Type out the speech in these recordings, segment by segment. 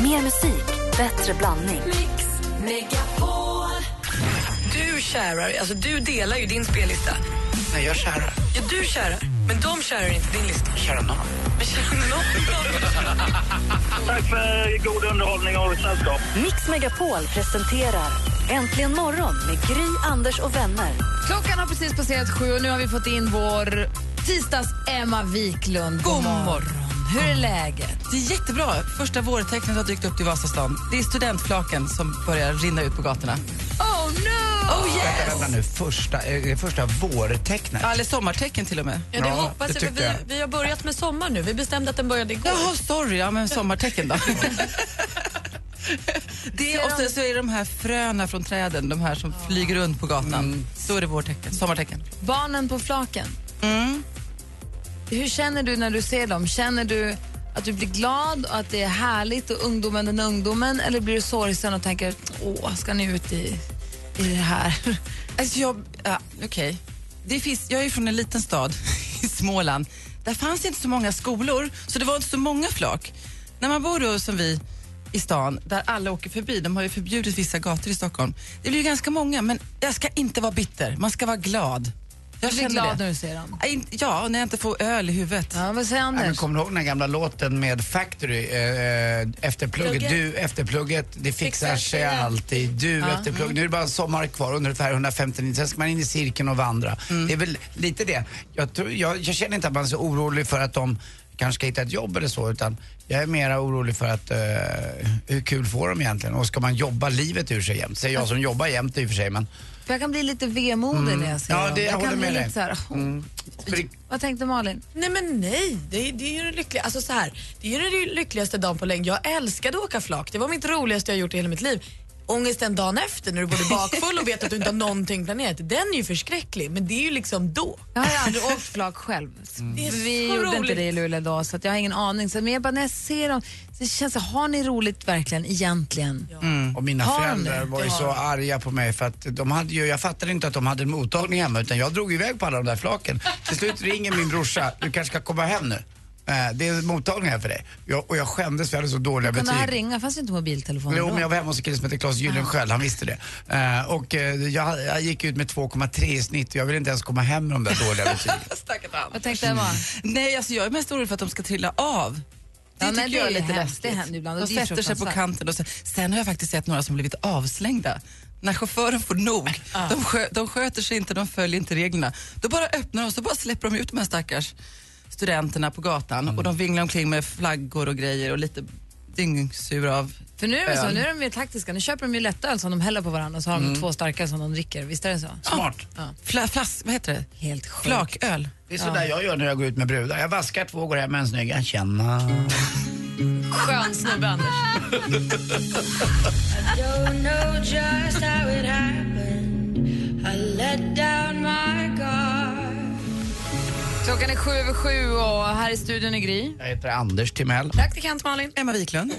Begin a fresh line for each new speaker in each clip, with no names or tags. Mer musik, bättre blandning.
Mix Megapol.
Du kärar, alltså du delar ju din spellista.
Nej, jag kärar.
Ja, du kärar, men de kärar inte din lista.
Kärar någon.
Men kärar någon?
Tack för god underhållning och sällskap.
Mix Megapol presenterar Äntligen morgon med Gry, Anders och vänner.
Klockan har precis passerat sju och nu har vi fått in vår tisdags Emma Wiklund. God morgon. Hur är läget?
Det är jättebra. Första vårtecknet har dykt upp i Vasastan. Det är studentflaken som börjar rinna ut på gatorna.
Oh no! Oh
Vänta, vänta nu. Första, eh, första vårtecknet.
Ja, Eller sommartecken till och med.
Ja, det
Ja,
hoppas
det
jag, för
tycker
vi,
jag.
vi har börjat med sommar nu. Vi bestämde att den började igår.
Jaha, sorry. Ja, men sommartecken då. Det, och sen så är det de här fröna från träden, de här som flyger runt på gatan. Då är det vårtecken, sommartecken.
Barnen på flaken. Hur känner du när du ser dem? Känner du att du blir glad och att det är härligt och ungdomen den är ungdomen eller blir du sorgsen och tänker åh, ska ni ut i, i det här?
Alltså jag, ja, okej. Det finns, jag är från en liten stad i Småland. Där fanns inte så många skolor, så det var inte så många flak. När man bor då som vi i stan, där alla åker förbi, de har ju förbjudit vissa gator i Stockholm. Det blir ju ganska många, men jag ska inte vara bitter, man ska vara glad. Jag
Du blir
känner
glad
det.
när du ser dem.
Ja, in- Ja, när jag inte får öl i huvudet.
Ja, vad säger
Nej, men
Anders?
kommer du ihåg den här gamla låten med Factory? Eh, eh, efter plugget,
Plugget.
du efter plugget, det fixar
Fixar
sig
sig.
alltid. Du
Mm.
efter plugget. Nu är det bara en sommar kvar, ungefär 159. Sen ska man in i cirkeln och vandra.
Mm.
Det är väl lite det. Jag, tror, jag, jag känner inte att man är så orolig för att de kanske ska hitta ett jobb eller så, utan jag är mera orolig för att eh, hur kul får de egentligen? Och ska man jobba livet ur sig jämt? Säger jag som jobbar jämt i och för sig, men
För jag kan bli lite vemodig när jag ser
Mm. Ja,
dem.
det- jag
kan
håller
bli
med
lite
dig. Mm.
Så här, oh. åh,
för det,
Vad tänkte Malin?
Nej men nej, det, det är ju den lyckliga, alltså så här, det är ju den lyckligaste dagen på länge. Jag älskade att åka flak, det var mitt roligaste jag gjort i hela mitt liv. Ångesten dagen efter när du både är bakfull och vet att du inte har någonting planerat, den är ju förskräcklig. Men det är ju liksom då.
Jag har ju aldrig åkt flak själv.
Mm.
Det är
Vi
så
gjorde inte
roligt.
det i Luleå då, så att jag har ingen aning. Så, men jag bara, när jag ser dem, så känns det, har ni roligt verkligen egentligen?
Och mina
Mm. Har de
föräldrar
det?
var ju
Det har
så
de.
arga på mig för att de hade ju, jag fattade inte att de hade en mottagning hemma utan jag drog iväg på alla de där flaken. Till slut ringer min brorsa, du kanske ska komma hem nu. Eh, Det är en mottagning här för dig. Jag, och jag skämdes för jag hade så dåliga
Kunde han
betyg.
ringa? Fanns ju inte mobiltelefoner
typ. Jo, men
då.
jag var hemma hos en kille som hette Claes Gyllensköld, han visste det. Eh, och eh, jag, jag gick ut med 2,3 i snitt och jag ville inte ens komma hem med de där dåliga betygen.
Vad tänkte Emma?
Nej, alltså jag är mest orolig för att de ska trilla av. Det
Ja,
tycker
nej, det
jag är
är ju
lite
hemskt. Det händer ju ibland och
De
det är ju
sätter sig på
fruktansvärt.
kanten och sen, sen har jag faktiskt sett några som blivit avslängda. När chauffören får nog.
Ah.
De, skö, de sköter sig inte, de följer inte reglerna. Då bara öppnar de och så bara släpper de ut de här stackars studenterna på gatan
Mm.
och de vinglar omkring med flaggor och grejer och lite dyngsura av
För nu är det så,
Öl.
nu är de mer taktiska. Nu köper de ju lättöl som de häller på varandra och så har
Mm.
de två starka som de dricker. Visst är det så?
Smart.
fla, flas, vad heter det?
Helt sjukt.
Flaköl.
Det är sådär jag gör när jag går ut med brudar. Jag vaskar två, går hem med en snygg. Jag känner.
Skön snubbe Anders.
Klockan är sju över sju och här i studion är Gry.
Jag heter Anders Timell.
Praktikant Malin.
Emma Wiklund.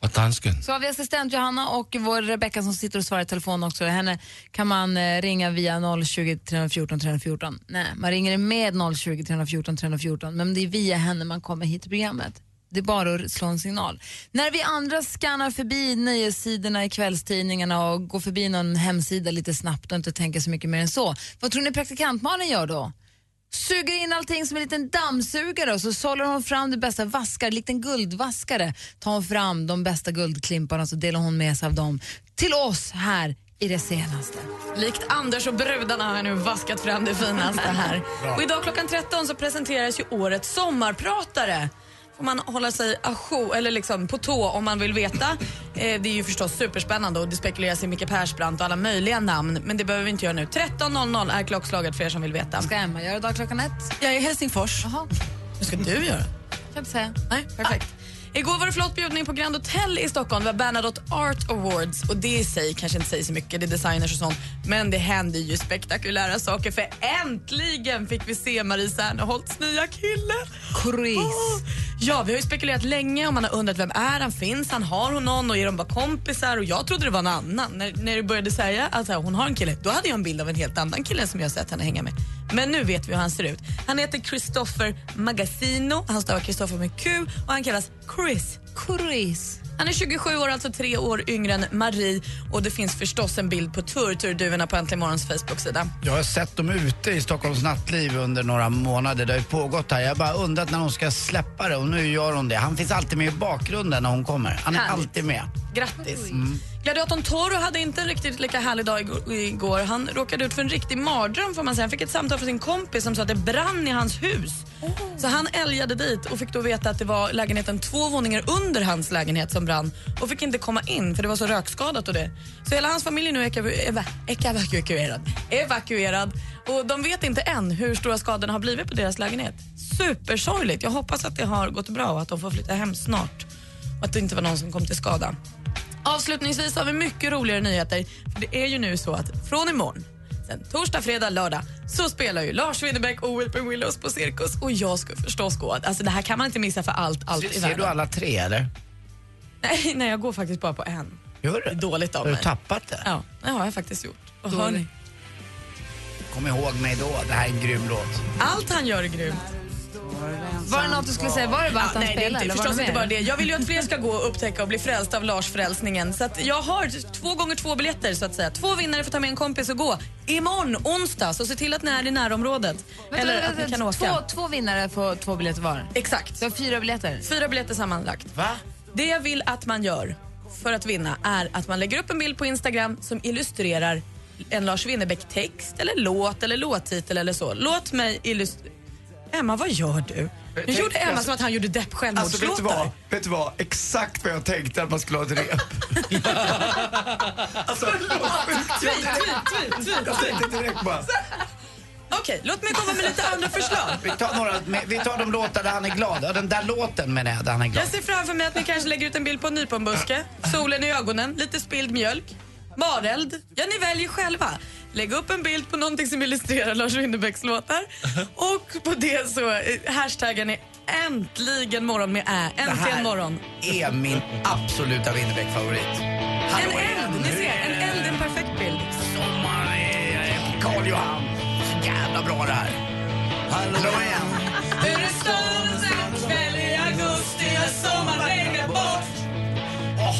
Och dansken.
Så har vi assistent Johanna och vår Rebecka som sitter och svarar i telefon också. Henne kan man eh, ringa via 020 314 314. Nej, man ringer med 020 314 314 men det är via henne man kommer hit till programmet. Det är bara att slå en signal. När vi andra skannar förbi nöjessidorna i kvällstidningarna och går förbi någon hemsida lite snabbt och inte tänker så mycket mer än så, vad tror ni praktikantmannen gör då? suger in allting som en liten dammsugare och så sållar hon fram det bästa, vaskar, likt en guldvaskare tar hon fram de bästa guldklimparna och så delar hon med sig av dem till oss här i det senaste.
Likt Anders och brudarna har jag nu vaskat fram det finaste här. Och idag klockan 13 så presenteras ju årets sommarpratare. Får man hålla sig ajour, eller liksom på tå om man vill veta. Eh, det är ju förstås superspännande och det spekuleras i Micke Persbrandt och alla möjliga namn. Men det behöver vi inte göra nu. 13.00 är klockslaget för er som vill veta.
Ska Emma göra idag klockan ett?
Jag är i Helsingfors.
Jaha,
Hur ska du göra?
kan inte säga.
Nej, perfekt. Igår var det flott bjudning på Grand Hotel i Stockholm. Det var Bernadotte Art Awards och det i sig kanske inte säger så mycket, det är designers och sånt. Men det hände ju spektakulära saker för äntligen fick vi se Marie Serneholtz nya kille.
Chris.
Åh! Ah. Ja, vi har ju spekulerat länge och man har undrat vem är han, finns han, har hon någon och är de bara kompisar? Och jag trodde det var en annan. När, när du började säga att så här, hon har en kille, då hade jag en bild av en helt annan kille som jag sett henne hänga med. Men nu vet vi hur han ser ut. Han heter Christopher Magazino, han stavar Christopher med Q och han kallas Chris.
Kuris.
Han är 27 år, alltså tre år yngre än Marie. Och det finns förstås en bild på turturduvorna på Äntligen Morgons Facebook-sida.
Jag har sett dem ute i Stockholms nattliv under några månader. Det har ju pågått här. Jag har bara undrat när hon ska släppa det och nu gör hon det. Han finns alltid med i bakgrunden när hon kommer. Han är
Härligt.
alltid med.
Grattis! Gladiatorn Toro hade inte en riktigt lika härlig dag ig- igår. Han råkade ut för en riktig mardröm får man säga. Han fick ett samtal från sin kompis som sa att det brann i hans hus. Så han älgade dit och fick då veta att det var lägenheten två våningar under hans lägenhet som brann och fick inte komma in för det var så rökskadat och det. Så hela hans familj är nu ekavu- eva- ekavu- evakuerad. evakuerad och de vet inte än hur stora skadorna har blivit på deras lägenhet. Supersorgligt. Jag hoppas att det har gått bra och att de får flytta hem snart och att det inte var någon som kom till skada. Avslutningsvis har vi mycket roligare nyheter. För det är ju nu så att från imorgon, sen torsdag, fredag, lördag så spelar ju Lars Winnerbäck och Weeping Willows på Cirkus och jag ska förstås gå. Alltså det här kan man inte missa för allt, allt
Se-
i
Ser
världen.
du alla tre eller?
Nej, nej, jag går faktiskt bara på en.
Gör du?
Dåligt av
Har du
mig.
tappat det?
Ja, det har jag faktiskt gjort. Och hörni,
Kom ihåg mig då. Det här är en grym låt.
allt han gör är grymt.
Var det något du skulle säga? Var det bara att han
nej, det är
spelar?
inte,
eller var
förstås
det
inte
mer?
bara det. Jag vill ju att fler ska gå och upptäcka och bli frälsta av Lars-frälsningen. Så att jag har två gånger två biljetter så att säga. Två vinnare får ta med en kompis och gå. Imorgon, onsdag, så se till att ni är i närområdet.
Vänta,
Eller
vänta,
att ni
vänta.
kan åka.
Två, två vinnare får två biljetter var.
Exakt.
Du har fyra biljetter.
Fyra biljetter sammanlagt.
Va?
Det jag vill att man gör för att vinna är att man lägger upp en bild på Instagram som illustrerar en Lars Winnerbäck-text eller låt eller låttitel eller så. Låt mig illustrera... Emma, vad gör du? Nu
Tänk-
gjorde Emma
alltså-
som att han gjorde depp
Alltså vet du
självmordslåtar.
vad? Vet du vad? Exakt vad jag tänkte att man skulle ha ett rep. alltså,
Tweet, tweet, tweet, tweet.
jag tänkte direkt bara.
Okej, låt mig komma med lite andra förslag.
Vi tar, några, men vi tar de låtar där han är glad. Ja, den där låten menar jag, där han är glad.
Jag ser framför mig att ni kanske lägger ut en bild på en nyponbuske, solen i ögonen, lite spilld mjölk, mareld. Ja, ni väljer själva. Lägg upp en bild på någonting som illustrerar Lars Winnerbäcks låtar och på det så eh, hashtaggar ni äntligen morgon med ä.
Det
Äntligen
här
morgon.
är min absoluta Winnerbäck-favorit.
En eld, ni ser. En eld är en perfekt bild.
Karl Johan. Jävla bra det här. Hallå igen.
Ur en stund en kväll i augusti jag sommarregnar bort.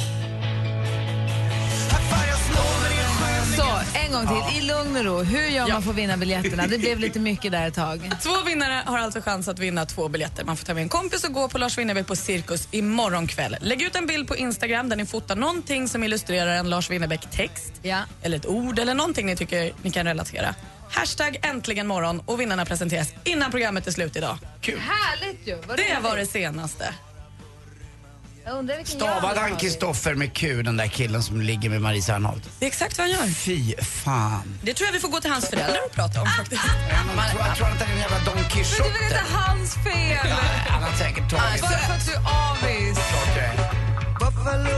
Så, en gång till. I lugn och ro. Hur gör man för att vinna biljetterna? Det blev lite mycket där ett tag.
Två vinnare har alltså chans att vinna två biljetter. Man får ta med en kompis och gå på Lars Winnerbäck på Cirkus imorgon kväll. Lägg ut en bild på Instagram där ni fotar någonting som illustrerar en Lars Winnerbäck-text.
Ja.
Eller ett ord eller någonting ni tycker ni kan relatera. Hashtag äntligen morgon och vinnarna presenteras innan programmet är slut idag.
Härligt ju! Vad
Det
roligt.
var det senaste.
Jag undrar vilken jag
Stavad
hade
han
tagit.
Kristoffer med Q, den där killen som ligger med Marie Serneholt?
Det är exakt vad han gör.
Fy fan.
Det tror jag vi får gå till hans föräldrar och prata om faktiskt.
Man tror, jag tror att det är en jävla Don
Men det är väl
Quijote.
inte hans fel? Alltså-
Han har säkert tagit
Bara för att du är avis.
det.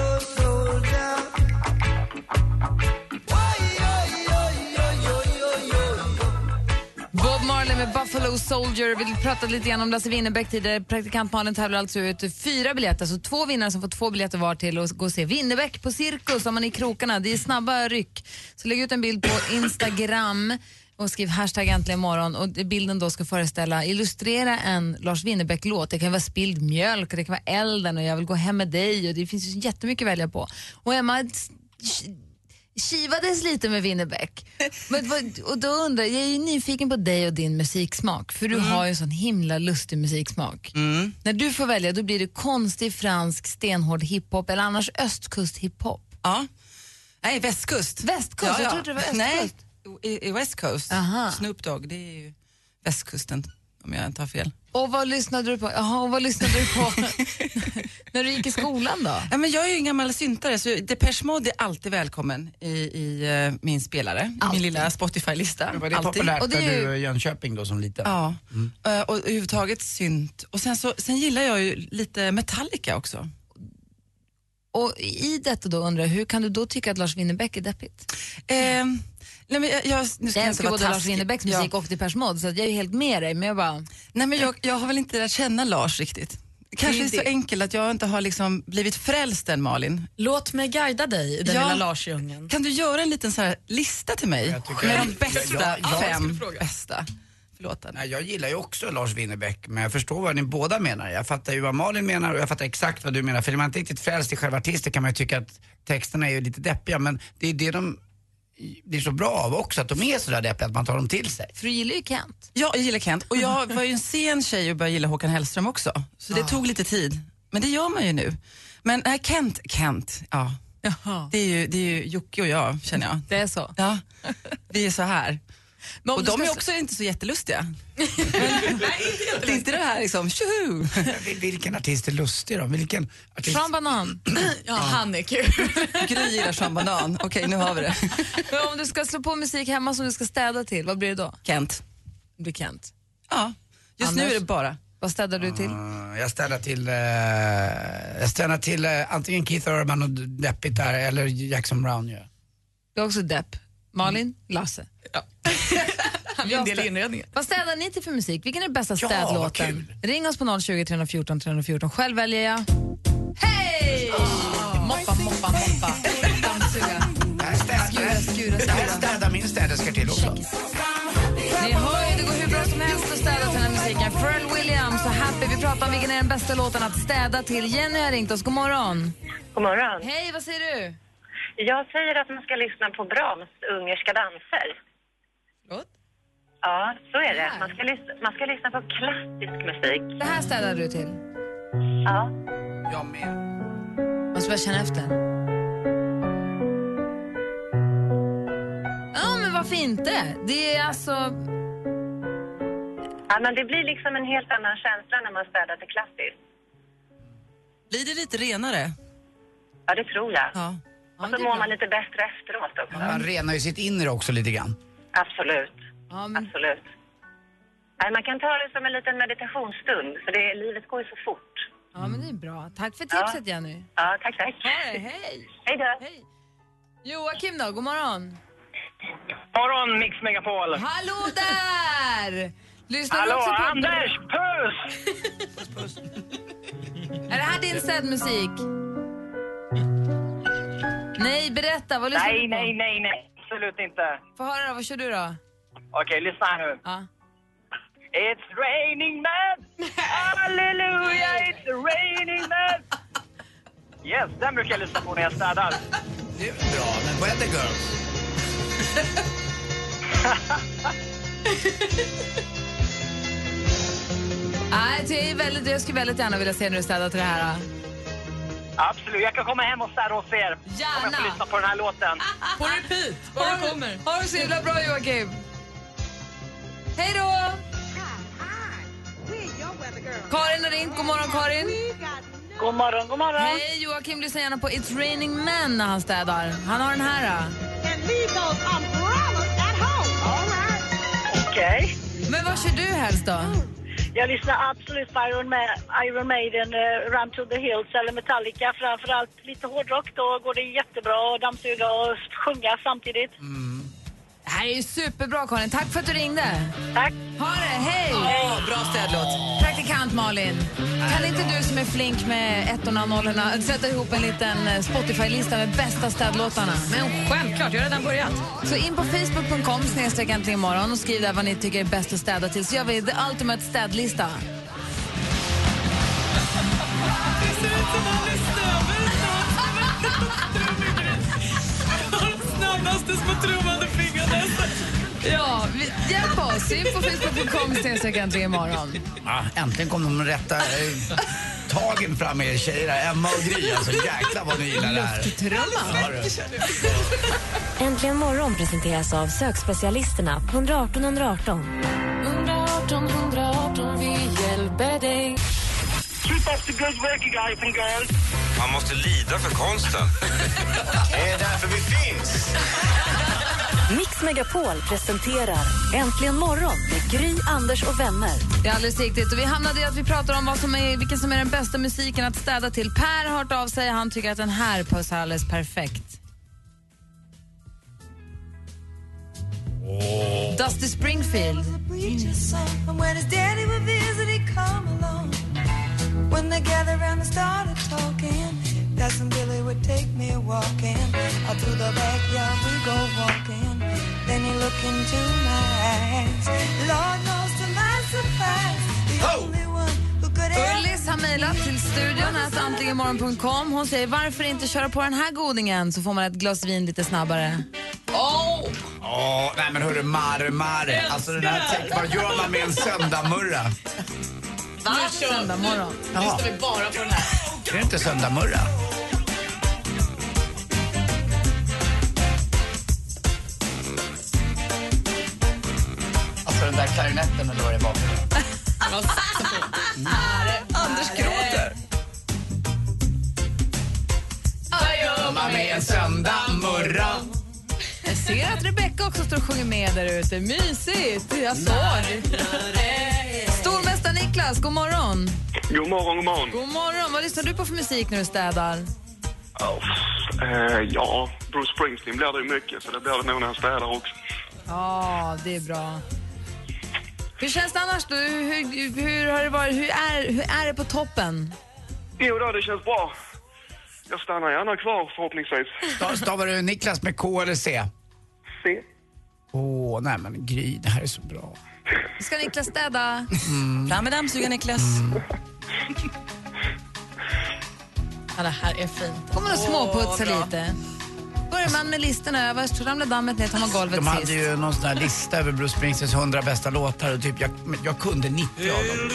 Bob Marley med Buffalo Soldier. Vi pratade lite grann om Lasse Winnerbäck tidigare. Praktikant Malin tävlar alltså ut fyra biljetter, så två vinnare som får två biljetter var till att gå och se Winnerbäck på Cirkus om man är i krokarna. Det är snabba ryck. Så lägg ut en bild på Instagram och skriv hashtag äntligen morgon och det- bilden då ska föreställa, illustrera en Lars Winnerbäck-låt. Det kan vara spilld mjölk, och det kan vara elden och jag vill gå hem med dig och det finns ju jättemycket att välja på. Och Emma, kivades lite med Winnerbäck. Men, vad- och då undrar jag, jag är ju nyfiken på dig och din musiksmak, för du har ju en sån himla lustig musiksmak. När du får välja, då blir det konstig fransk stenhård hiphop eller annars östkust hiphop.
Ja. Nej, västkust.
Västkust? Jag trodde det var östkust.
Nej, i, i West Coast.
Aha.
Snoop Dogg, det är ju västkusten om jag inte har fel.
Och vad lyssnade du på? Jaha, och vad lyssnade du på när du gick i skolan då?
Ja, men jag är ju en gammal syntare så Depeche Mode är alltid välkommen i, i eh, min spelare, i min lilla Spotify-lista.
Var det Mm.
Alltid.
populärt
Och det
när
är ju-
du var i Jönköping då som liten?
Ja, Eh, och överhuvudtaget synt. Och sen, så, sen gillar jag ju lite Metallica också.
Och i detta då undrar jag, hur kan du då tycka att Lars Winnerbäck är deppigt?
Eh, nej, men jag, jag, nu ska
Jag älskar
jag inte vara
både Lars
taskig.
Winnerbäcks
Ja.
musik och Depeche Mode så att jag är ju helt med dig men jag bara,
Nej, men jag, jag har väl inte lärt känna Lars riktigt. Kanske är det så enkelt att jag inte har liksom blivit frälst än Malin.
Låt mig guida dig i den
Ja.
lilla Larsdjungeln.
Kan du göra en liten så här lista till mig
Jag tycker-
med de
Jag-
bästa
jag- jag
fem
skulle fråga.
bästa? Förlåt. Anna.
Nej, jag gillar ju också Lars Winnerbäck, men jag förstår vad ni båda menar. Jag fattar ju vad Malin menar och jag fattar exakt vad du menar. För är man inte riktigt frälst i själva artisten kan man ju tycka att texterna är ju lite deppiga, men det är det de blir så bra av också, att de är sådär deppiga, att man tar dem till sig.
För du gillar ju Kent.
Ja, jag gillar Kent. Och jag var ju en sen tjej och började gilla Håkan Hellström också. Så det tog lite tid. Men det gör man ju nu. Men nej, Kent, Kent, ja. Det är ju, det är ju Jocke och jag, känner jag.
Det är så.
Ja, vi är så här.
Men om
Och
du
de
ska-
är också inte så jättelustiga. Det är inte det här liksom, tjoho!
Vil- Vilken artist är lustig då? Vilken artist?
Från banan.
Ja, han är kul.
Gry gillar Sean Banan. Okej, nu har vi det.
Men om du ska slå på musik hemma som du ska städa till, vad blir det då?
Kent.
Det blir Kent.
Ja, just nu
Anders?
är det bara.
Vad städar du till?
Mm, Jag ställer till, eh, jag ställer till eh, antingen Keith Urban och deppigt där eller Jackson Brown gör.
Det är också depp.
Mm.
Malin, Lasse.
Han är en del i inredningen.
Vad städar ni till för musik? Vilken är bästa
Ja, vad
städlåten?
kul.
Ring oss på 020 314 314. Själv väljer jag... Hej!
Ah.
Moppa, moppa, moppa. Dammsuga.
Det här städar,
skura,
det här städar min städerska till också.
Ni hör ju, det går hur bra som helst att städa till den här musiken. Pharrell Williams och Happy. Vi pratar om vilken är den bästa låten att städa till. Jenny har ringt oss. God morgon.
God morgon.
Hej, vad säger du?
Jag säger att man ska lyssna på Brahms ungerska danser.
Förlåt?
Ja, så är det. Man ska, lyssna, man ska lyssna på klassisk musik.
Det här städar du till.
Ja.
Jag med.
Måste bara känna efter. Ja, men varför inte? Det är alltså...
ja, men det blir liksom en helt annan känsla när man städar till klassiskt.
Blir det lite renare?
Ja, det tror jag.
Ja.
Och så mår man lite bättre efteråt också.
Man renar ju sitt inre också lite grann.
Absolut.
Ja,
Mm.
men
Absolut. Nej, man kan ta det som en liten meditationsstund, för det, livet går ju så fort.
Ja, men det är bra. Tack för tipset, Jenny.
Ja, tack, tack.
Hej, hej.
Hej då.
hej. Joakim då, god morgon.
Morgon, Mix Megapol.
Hallå där! Lyssnar du
Hallå,
också på...
Anders! Puss!
Är det här din städmusik? Nej, berätta. Vad lyssnar du
Nej,
på?
nej, nej, nej. Absolut inte.
Få höra då, vad kör du då?
Okej, lyssna här nu.
Ja.
It's raining men, halleluja, it's raining men. Yes, den brukar jag lyssna på när jag städar.
Det är väl bra, men Weather Girls.
Nej, det är väldigt, jag skulle väldigt gärna vilja se när du städar till det här. då.
Absolut, jag kan komma hem och städa hos er. Om jag får
Gärna.
lyssna på den här låten.
På repeat, bara det kommer.
Ha det så himla bra, Joakim. Hej då! Karin har ringt. God morgon, Karin.
God morgon, god morgon.
Hej, Joakim lyssnar gärna på It's raining men när han städar. Han har den här. Då.
Okej.
Men vad kör du helst då?
Jag lyssnar absolut på Iron, Ma- Iron Maiden, eh, Run to the Hills eller Metallica. Framförallt lite hårdrock, då går det jättebra att dammsuga och sjunga samtidigt.
Mm.
Det här är ju superbra, Karin. Tack för att du ringde.
Tack!
Ha det, hej!
Åh, bra städlåt.
Praktikant Malin, kan inte du som är flink med ettorna och nollorna sätta ihop en liten eh, Spotify-lista med bästa städlåtarna?
Men självklart, jag har redan börjat.
Så in på facebook.com snedstreck äntligen imorgon och skriv där vad ni tycker är bäst att städa till så gör vi the ultimate städlista.
Snabbaste små trummande fingrarna.
Ja, vi, hjälp oss! In på facebook.com snedstreck äntligen imorgon.
Ja, Ah, äntligen kom de rätta eh, tagen fram er tjejer här. Emma och Gry alltså. Jäklar vad ni gillar det här.
Trumma!
Ja, du.
Äntligen morgon presenteras av sökspecialisterna på 118 118.
Keep up the good work, you guys and girls.
Man måste lida för konsten. Det är därför vi finns.
Mix Megapol presenterar Äntligen morgon med Gry, Anders och vänner.
Det är alldeles riktigt. Och vi hamnade i att vi pratar om vad som är, vilken som är den bästa musiken att städa till. Per har hört av sig. Han tycker att den här passar alldeles perfekt. Dusty Springfield.
Then you look into my eyes. Lord knows
Johanna, antligenmorgon.com. Hon säger varför inte köra på den här godingen så får man ett glas vin lite snabbare.
Åh!
Åh, nej men hörru, marmar. Alltså den här texten, vad gör man med en söndagmurra?
Va? Nu kör vi.
morgon.
Nu lyssnar vi bara på den här.
Är det inte söndagmurra? Alltså den där klarinetten eller vad det var.
Anders gråter.
Man med en söndagmurra.
Jag ser att Rebecca också står och sjunger med där ute. Mysigt! Jag såg. Stormästare Niklas, god morgon.
God morgon, god morgon.
God morgon. Vad lyssnar du på för musik när du städar?
Oh, eh, ja, Bruce Springsteen blir det ju mycket, så det blir det nog när jag städar också.
Ja, det är bra. Hur känns det annars? Då? Hur, hur, hur har det varit? Hur är, hur är det på toppen?
Jo då, det känns bra. Jag stannar gärna kvar förhoppningsvis.
Stav- Stavar du Niklas med K eller C?
C.
Åh, nej men Gry, det här är så bra.
Ska Niklas städa?
Fram med dammsugaren, Niklas.
Ja, det här är fint.
Kommer att småputsa
Åh, bra.
lite. Börjar man med listorna överst, så ramlar dammet ner, tar man golvet
De hade
sist.
ju någon sån här lista över Bruce Springsteens 100 bästa låtar och typ jag, jag kunde 90 av dem.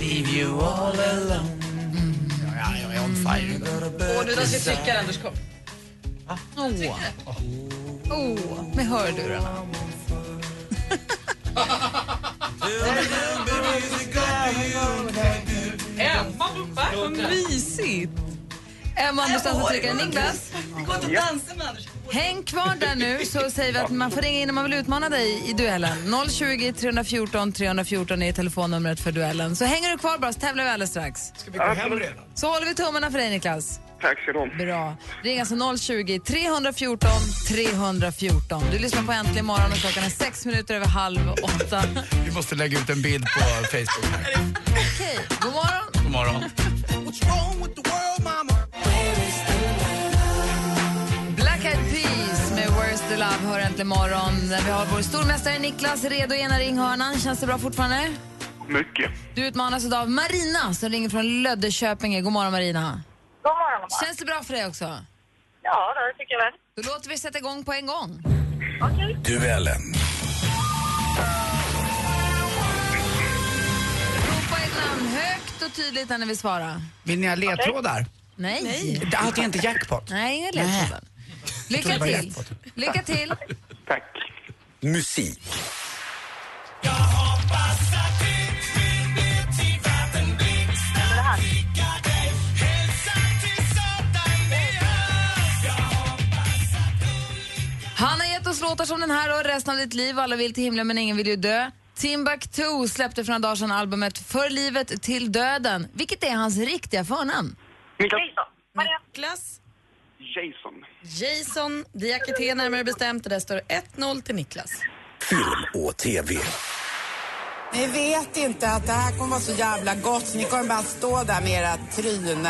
Leave you all alone. Ja, jag är on fire.
Åh, du låter trycka Anders kom.
Åh, Åh, med hörlurarna.
Emma, vad
mysigt! Emma Andersson som trycker. Niklas,
Gå inte och dansa med Anders.
häng kvar där nu så säger vi att man får ringa in om man vill utmana dig i duellen. 020 314 314 är telefonnumret för duellen. Så hänger du kvar bara så tävlar vi alldeles strax.
Ska vi gå hem redan?
Så håller vi tummarna för dig Niklas.
Tack ska du ha.
Bra. Ring alltså 020 314 314. Du lyssnar på Äntligen morgon och klockan är sex minuter över halv åtta.
Vi måste lägga ut en bild på Facebook här.
Okej, god morgon.
God morgon.
Black Eyed Peas med Where's the Love hör äntligen morgon. Där vi har vår stormästare Niklas redo i ena ringhörnan. Känns det bra fortfarande?
Mycket.
Du utmanas idag av Marina som ringer från Löddeköpinge. God morgon Marina.
God morgon, god morgon.
Känns det bra för dig också?
Ja, det tycker jag väl.
Då låter vi sätta igång på en gång.
Duellen.
Ropa ett namn högt och tydligt när ni vill svara.
Vill ni ha ledtrådar?
Nej.
Det ah, det är inte jackpot.
Nej, inga ledtrådar. Lycka
Jag trodde det var
till. Lycka till.
Musik.
Han har gett oss låtar som den här och resten av ditt liv. Alla vill till himlen men ingen vill ju dö. Timbuktu släppte för några dagar sedan albumet För livet till döden. Vilket är hans riktiga förnamn?
Niklas,
Jason.
Jason Diakité närmare bestämt och där står 1-0 till Niklas.
Film och TV.
Ni vet inte att det här kommer vara så jävla gott. Ni kommer bara stå där med era trynen.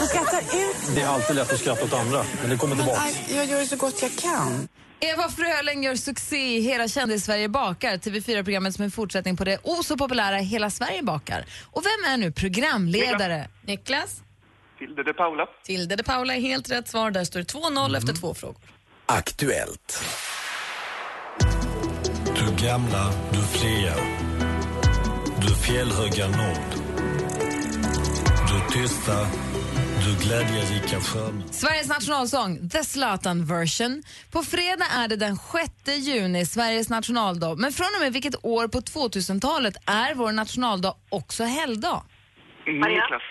Jag skrattar ut.
Det är alltid lätt att skratta åt andra, men det kommer tillbaka.
Jag gör så gott jag kan.
Eva Fröling gör succé i Hela kändis-Sverige bakar, TV4-programmet som en fortsättning på det oh så populära Hela Sverige bakar. Och vem är nu programledare?
Niklas?
Tilde de Paula.
Tilde de Paula är helt rätt svar. Där står det 2-0 efter två frågor.
Aktuellt. Du gamla, du fria. Du fjällhöga nord. Du tysta, du glädjerika skön.
Sveriges nationalsång, The Zlatan version. På fredag är det den 6 juni, Sveriges nationaldag. Men från och med vilket år på 2000-talet är vår nationaldag också helgdag?
Niklas.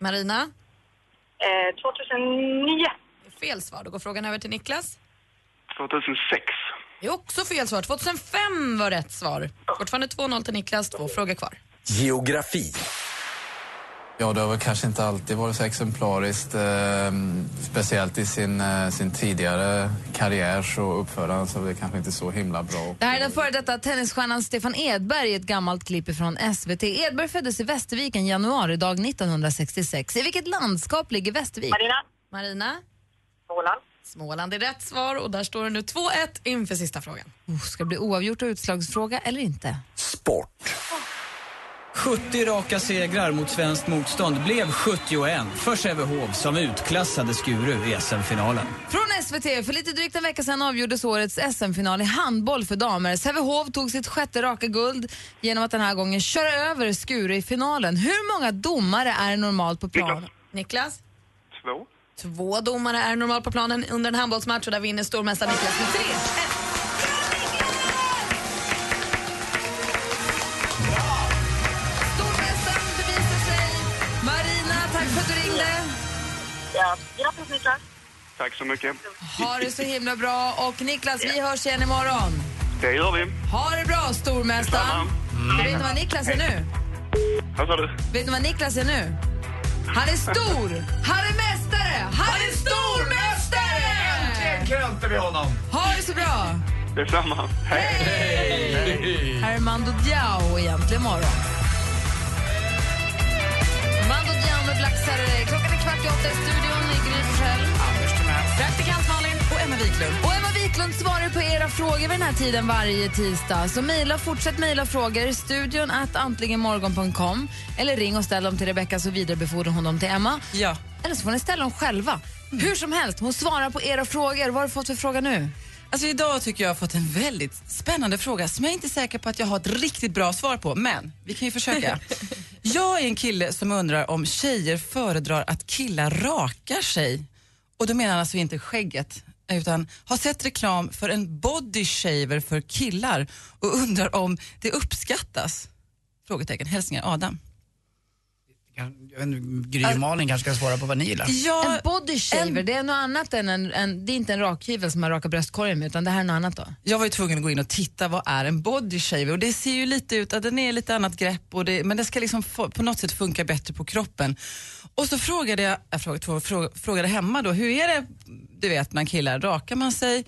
Marina?
Eh, 2009.
Fel svar. Då går frågan över till Niklas.
2006.
Det är också fel svar. 2005 var rätt svar. Fortfarande 2-0 till Niklas. Två frågor kvar.
Geografi.
Ja, det har väl kanske inte alltid varit så exemplariskt. Eh, speciellt i sin, eh, sin tidigare karriär så uppförde han sig väl kanske inte så himla bra.
Det här är den före detta tennisstjärnan Stefan Edberg i ett gammalt klipp från SVT. Edberg föddes i Västerviken januaridag 1966. I vilket landskap ligger Västervik?
Marina? Marina? Småland. Småland är rätt svar och där står det nu 2-1 inför sista frågan.
Oh, ska det bli oavgjort och utslagsfråga eller inte?
Sport.
70 raka segrar mot svenskt motstånd blev 71 för Sävehof som utklassade Skuru i SM-finalen.
Från SVT. För lite drygt en vecka sedan avgjordes årets SM-final i handboll för damer. Sävehof tog sitt sjätte raka guld genom att den här gången köra över Skure i finalen. Hur många domare är normalt på planen?
Niklas?
Två.
Två domare är normalt på planen under en handbollsmatch och där vinner stormästaren Niklas med 3-1.
Marina, tack för att du ringde.
Ja, grattis Niklas.
Tack så mycket.
Ha det så himla bra. Och Niklas, vi hörs igen imorgon.
Det gör vi.
Ha det bra, stormästaren. Mm.
Detsamma.
Vet ni vad Niklas är nu?
Vad sa du?
Vet ni vad Niklas är nu? Han är stor! Han är mästare! Han är stormästare!
krönte vi honom.
Ha det så bra!
Detsamma. Hej! Hej!
Här är Mando Diao egentligen imorgon. Mando Diao med Black Saturday. Klockan är kvart i åtta i studion i Gry Forssell. Praktikant Malin.
Och Emma Wiklund.
Och Emma Wiklund svarar på era frågor vid den här tiden varje tisdag. Så mejla, fortsätt mejla frågor. Studion att antligenmorgon.com. Eller ring och ställ dem till Rebecca så vidarebefordrar hon dem till Emma.
Ja.
Eller så får ni ställa dem själva. Hur som helst, hon svarar på era frågor. Vad har du fått för fråga nu?
Alltså idag tycker jag har fått en väldigt spännande fråga som jag inte är säker på att jag har ett riktigt bra svar på, men vi kan ju försöka. jag är en kille som undrar om tjejer föredrar att killar rakar sig. Och då menar han alltså inte skägget, utan har sett reklam för en body shaver för killar och undrar om det uppskattas? Frågetecken. Hälsningar Adam.
Jag vet inte, Gry och Malin kanske ska svara på vad ni gillar.
en body shaver, det är något annat än en, en... Det är inte en rakhyvel som man rakar bröstkorgen med, utan det här är något annat då.
Jag var ju tvungen att gå in och titta vad är en body shaver och det ser ju lite ut att den är lite annat grepp och det, men det ska liksom få, på något sätt funka bättre på kroppen. Och så frågade jag, jag frågade, frågade, frågade hemma då, hur är det du vet bland killar, rakar man sig?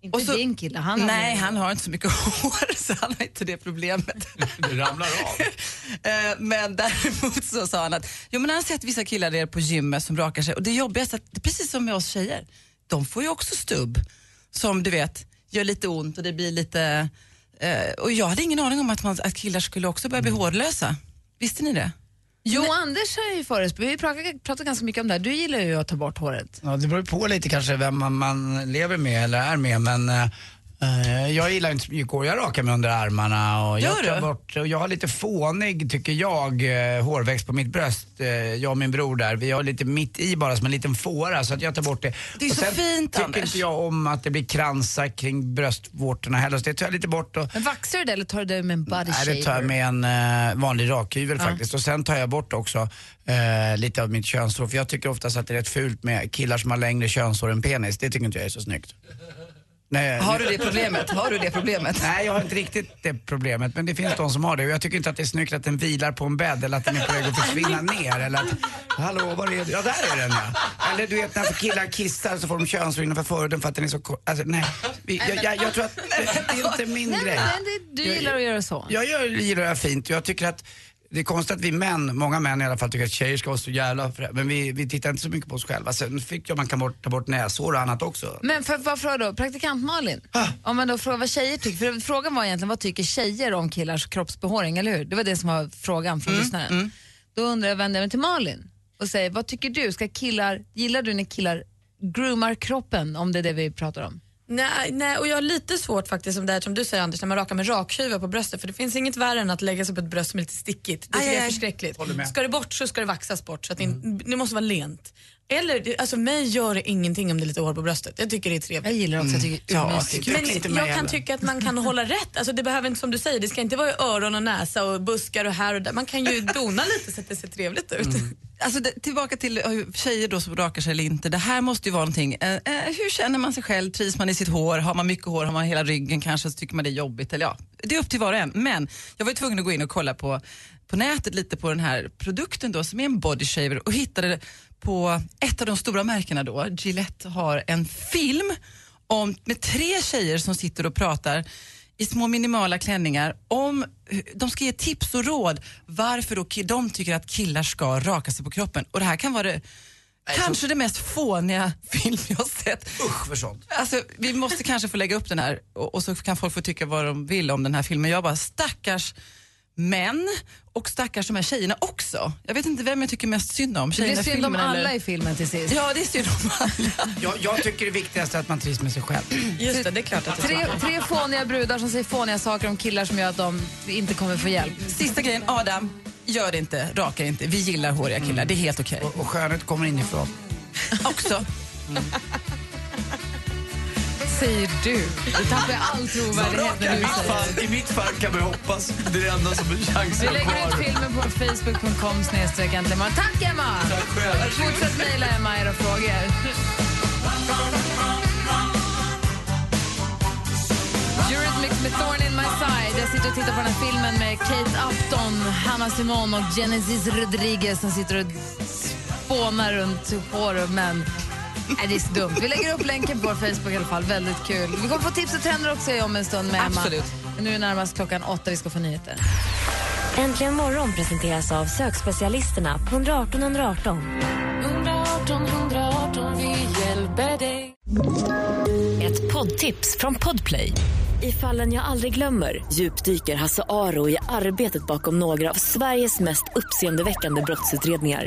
Inte och så,
din kille, han har
Nej,
väl-
han har inte så mycket hår så han har inte det problemet.
Du ramlar av.
Eh, Men däremot så sa han att jo, men han har sett vissa killar där på gymmet som rakar sig och det jobbigaste, är att, det är precis som med oss tjejer, de får ju också stubb som du vet gör lite ont och det blir lite... eh, och jag hade ingen aning om att, man, att killar skulle också börja bli hårlösa. Visste ni det?
Jo, Anders är ju förespråkare. Vi pratar, pratar ganska mycket om det här. Du gillar ju att ta bort håret.
Ja, det beror på lite kanske vem man, man lever med eller är med men eh, jag gillar inte så mycket hår. Jag rakar mig under armarna och
Gör
jag
du?
tar bort, och jag har lite fånig tycker jag eh, hårväxt på mitt bröst. Eh, jag och min bror där, vi har lite mitt i bara som en liten fåra så att jag tar bort det.
Det är
och
så fint,
tycker
Anders.
inte jag om att det blir kransar kring bröstvårtorna heller så det tar jag lite bort och
Men vaxar du det eller tar du det med en body
Nej,
shaver?
det tar jag med en eh, vanlig rakhyvel
Ja.
faktiskt. Och sen tar jag bort också eh, lite av mitt könshår. För jag tycker oftast att det är rätt fult med killar som har längre könshår än penis. Det tycker inte jag är så snyggt. Nej,
Har du det problemet? Har du det problemet?
Nej, jag har inte riktigt det problemet. Men det finns de som har det. Och jag tycker inte att det är snyggt att den vilar på en bädd eller att den är på väg att försvinna ner. Eller att, hallå, var är du? Ja, där är den ja. Eller du vet när killar kissar så får de könshår innanför förhuden för att den är så kort. Alltså, nej, Vi- jag, jag, jag tror att det är inte min
Nej, men
grej.
det, du
Jag-
gillar att göra så.
Jag gör, gillar det här fint. Jag tycker att det är konstigt att vi män, många män i alla fall, tycker att tjejer ska vara så jävla frä- Men vi, vi tittar inte så mycket på oss själva. Sen fick jag man kan bort, ta bort näsår och annat också.
Men för, vad frågar då? Praktikant Malin?
Ah.
Om man då frågar vad tjejer tycker. För frågan var egentligen vad tycker tjejer om killars kroppsbehåring, eller hur? Det var det som var frågan
Mm,
från lyssnaren. Då undrar jag, vänder jag mig till Malin och säger, vad tycker du? Ska killar, gillar du när killar groomar kroppen, om det är det vi pratar om?
Nej, nej, och jag har lite svårt faktiskt som det här som du säger Anders, när man rakar med rakhyvel på bröstet för det finns inget värre än att lägga sig på ett bröst som är lite stickigt. Det
Aj,
tycker jag
aj,
är
aj.
förskräckligt.
Håller med.
Ska det bort så ska det vaxas bort så att det, in- det måste vara lent. Eller, det- alltså mig gör det ingenting om det är lite hår på bröstet. Jag tycker det är trevligt.
Jag gillar det också, jag tycker det är
Mm.
urmysigt.
Men
Tycker inte mig
jag kan
heller.
tycka att man kan hålla rätt. Alltså det behöver inte, som du säger, det ska inte vara i öron och näsa och buskar och här och där. Man kan ju dona lite så att det ser trevligt ut.
Alltså det, tillbaka till eh, tjejer då som rakar sig eller inte. Det här måste ju vara någonting. Eh, eh, hur känner man sig själv? Trivs man i sitt hår? Har man mycket hår? Har man hela ryggen kanske? Så tycker man det är jobbigt? Eller ja, det är upp till var och en. Men jag var ju tvungen att gå in och kolla på, på nätet lite på den här produkten då som är en body shaver och hittade det på ett av de stora märkena då. Gillette har en film om, med tre tjejer som sitter och pratar i små minimala klänningar om hu- de ska ge tips och råd varför då ki- de tycker att killar ska raka sig på kroppen. Och det här kan vara det, kanske det mest fåniga film jag har sett.
Usch för sånt.
Alltså, vi måste kanske få lägga upp den här och, och så kan folk få tycka vad de vill om den här filmen. Jag bara, stackars män och stackars de här tjejerna också. Jag vet inte vem jag tycker mest synd om.
Det blir
Tjejerna i
synd om
filmen
alla
eller...
i filmen till sist.
Ja, det är synd om
Jag, jag tycker det viktigaste är att man trivs med sig själv.
Just det, det är klart att det
Tre, tre fåniga brudar som säger fåniga saker om killar som gör att de inte kommer få hjälp.
Sista grejen, Adam, gör det inte, raka det inte. Vi gillar håriga killar, det är helt okej.
Och, och skönhet kommer inifrån.
Också.
Säger du. Du tappar all trovärdighet när du säger det.
I mitt fall kan vi hoppas. Det är det enda som är
Vi
chansen
lägger ut filmen på facebook.com snedstreck äntligen morgon. Tack Emma! Tack
själv.
Fortsätt mejla Emma era frågor. Eurythmics med Thorn in my side. Jag sitter och tittar på den här filmen med Kate Upton, Hanna Simon och Genesis Rodriguez som sitter och spånar runt hår och män. Nej, det är så dumt. Vi lägger upp länken på vår Facebook i alla fall. Väldigt kul. Vi kommer få tips och trender också om en stund med Emma.
Absolut.
Men Nu är det närmast klockan åtta. Vi ska få nyheter.
Äntligen morgon presenteras av sökspecialisterna på 118 118.
118 118, vi hjälper dig.
Ett poddtips från Podplay. I fallen jag aldrig glömmer djupdyker Hasse Aro i arbetet bakom några av Sveriges mest uppseendeväckande brottsutredningar.